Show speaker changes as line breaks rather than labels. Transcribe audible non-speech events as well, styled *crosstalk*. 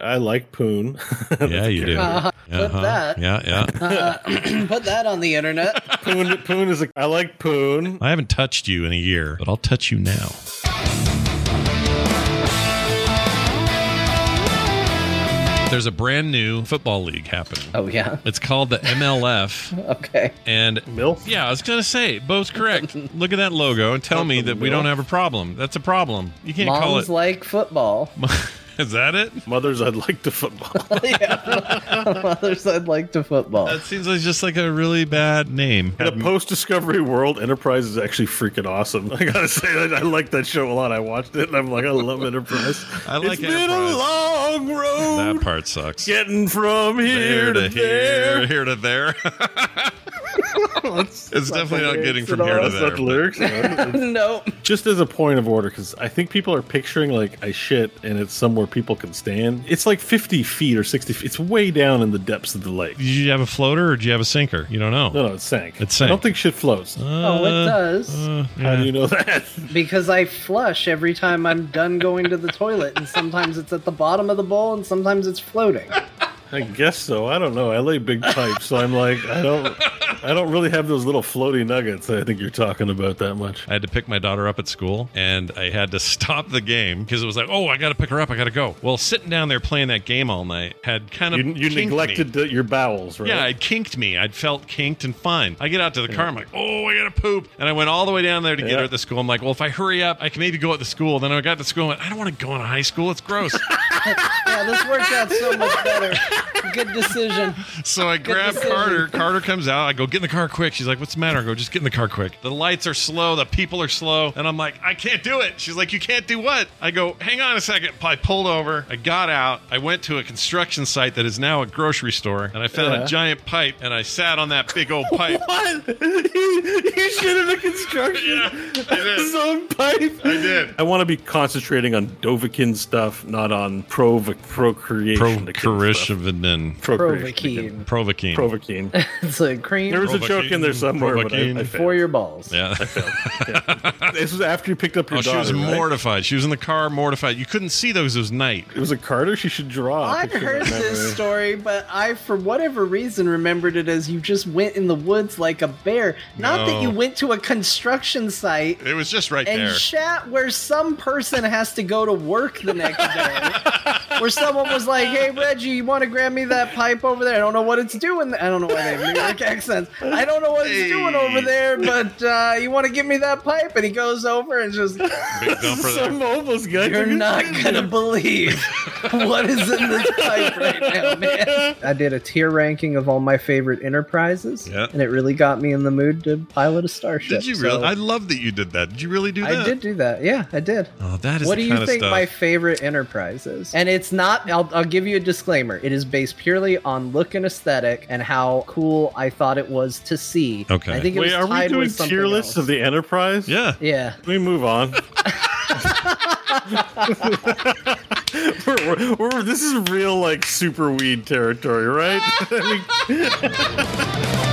I like *laughs* Poon.
*laughs* yeah, you do.
Uh-huh. Put
Uh-huh.
that.
Yeah, yeah.
Uh, put that on the internet.
Poon, Poon is a. I like Poon.
I haven't touched you in a year, but I'll touch you now. There's a brand new football league happening.
*laughs* Oh yeah.
It's called the MLF,
Okay.
and
Milf.
yeah, I was gonna say both correct. Look at that logo and tell me that we don't have a problem. That's a problem. You can't call
Moms
it. *laughs*
like football.
Is that it?
Mothers, I'd like to
*laughs*
football.
*laughs* yeah. Mothers I'd like to football.
That seems like just like a really bad name.
In a post-discovery world, Enterprise is actually freaking awesome. I gotta say, that I like that show a lot. I watched it, and I'm like, I love Enterprise.
I like
it's been
Enterprise.
a long road
That part sucks.
getting from here,
Here to here,
there.
*laughs* here to there. It's definitely not getting from
That's
here to
not
there.
the lyrics. *laughs* No.
*laughs* nope.
Just as a point of order, because I think people are picturing like I shit, and it's somewhere people can stand. It's like 50 feet or 60. feet. It's way down in the depths of the lake.
Did you have a floater or did you have a sinker? You don't know. Uh,
No, no, it sank.
It sank.
I don't think shit floats.
Oh, it does.
Uh,
How
yeah.
do you know that? *laughs*
Because I flush every time I'm done going to the toilet, and sometimes it's at the bottom of the bowl, and sometimes it's floating.
I guess so. I don't know. I lay big pipe, so I'm like, I don't, I don't really have those little floaty nuggets. that I think you're talking about that much.
I had to pick my daughter up at school and I had to *laughs* stop the game because it was like, oh, I got to pick her up. I got to go. Well, sitting down there playing that game all night had kind of.
You, you
kinked me.
neglected the, your bowels, right?
Yeah, it kinked me. I'd felt kinked and fine. I get out to the car. I'm like, oh, I got to poop. And I went all the way down there to get
Yeah.
her at the school. I'm like, well, if I hurry up, I can maybe go at the school. Then I got to school. I went, I don't want to go into high school.
*laughs*
It's gross.
Yeah, this worked out so much better. Good decision.
So I grab
decision.
*laughs*
Carter. Carter comes out. I go, get in the car quick. She's like, what's the matter? I go, just get in the car quick. The lights are slow. The people are slow. And I'm like, I can't do it. She's like, you can't do what? I go, hang on a second. I pulled over. I got out. I went to a construction site that is now a grocery store. And I found a
Yeah.
giant pipe. And I sat on that big old pipe.
*laughs* *laughs*
*laughs*
What? you should have a construction
Yeah, I did.
zone pipe.
I did.
I want to be concentrating on Dovakin stuff, not on provo- procreation.
Provocarishivanin.
Provocaine.
Provocaine.
Provokin.
It's a
There
cream
was a joke in there somewhere, but I, I
Provocaine.
for
failed.
your balls.
*laughs*
Yeah.
This was after you picked up your
Oh, she
daughter.
was
right?
mortified. She was in the car mortified. You couldn't see those. It was night.
It was a Carter. She should draw. a
I
picture of
heard
that memory.
this story, but I, for whatever reason, remembered it as you just went in the woods like a bear. Not
No.
that you went to a construction site
It was just right
and
there.
shat where some person has to go to work the next *laughs* day. where someone was like, "Hey Reggie, you want to grab me that pipe over there? I don't know what it's doing. th- I don't know why they have New *laughs* York accents. I don't know what it's doing over there, but uh, you want to give me that pipe?" And he goes over and just,
*laughs*
Big
*laughs*
dumper there.
Some homeless guy.
"You're
took a
not
picture.
gonna believe what is in this pipe right now, man." I did a tier ranking of all my favorite enterprises,
Yeah.
and it really got me in the mood to pilot a starship.
Did you
so
really? I love that you did that. Did you really do that?
I did do that. Yeah, I did.
Oh, that is
what
the
do
kind
you
of
think
stuff.
my favorite enterprise is and it's not I'll, I'll give you a disclaimer it is based purely on look and aesthetic and how cool i thought it was to see
Okay.
i think it
Wait,
was
are we
tied
doing
with something
tier lists
else.
of the Enterprise?
yeah.
yeah
Can we move
*laughs*
on? *laughs* we're, we're,
*laughs*
we're- this is real, like, super weed territory, right? I mean,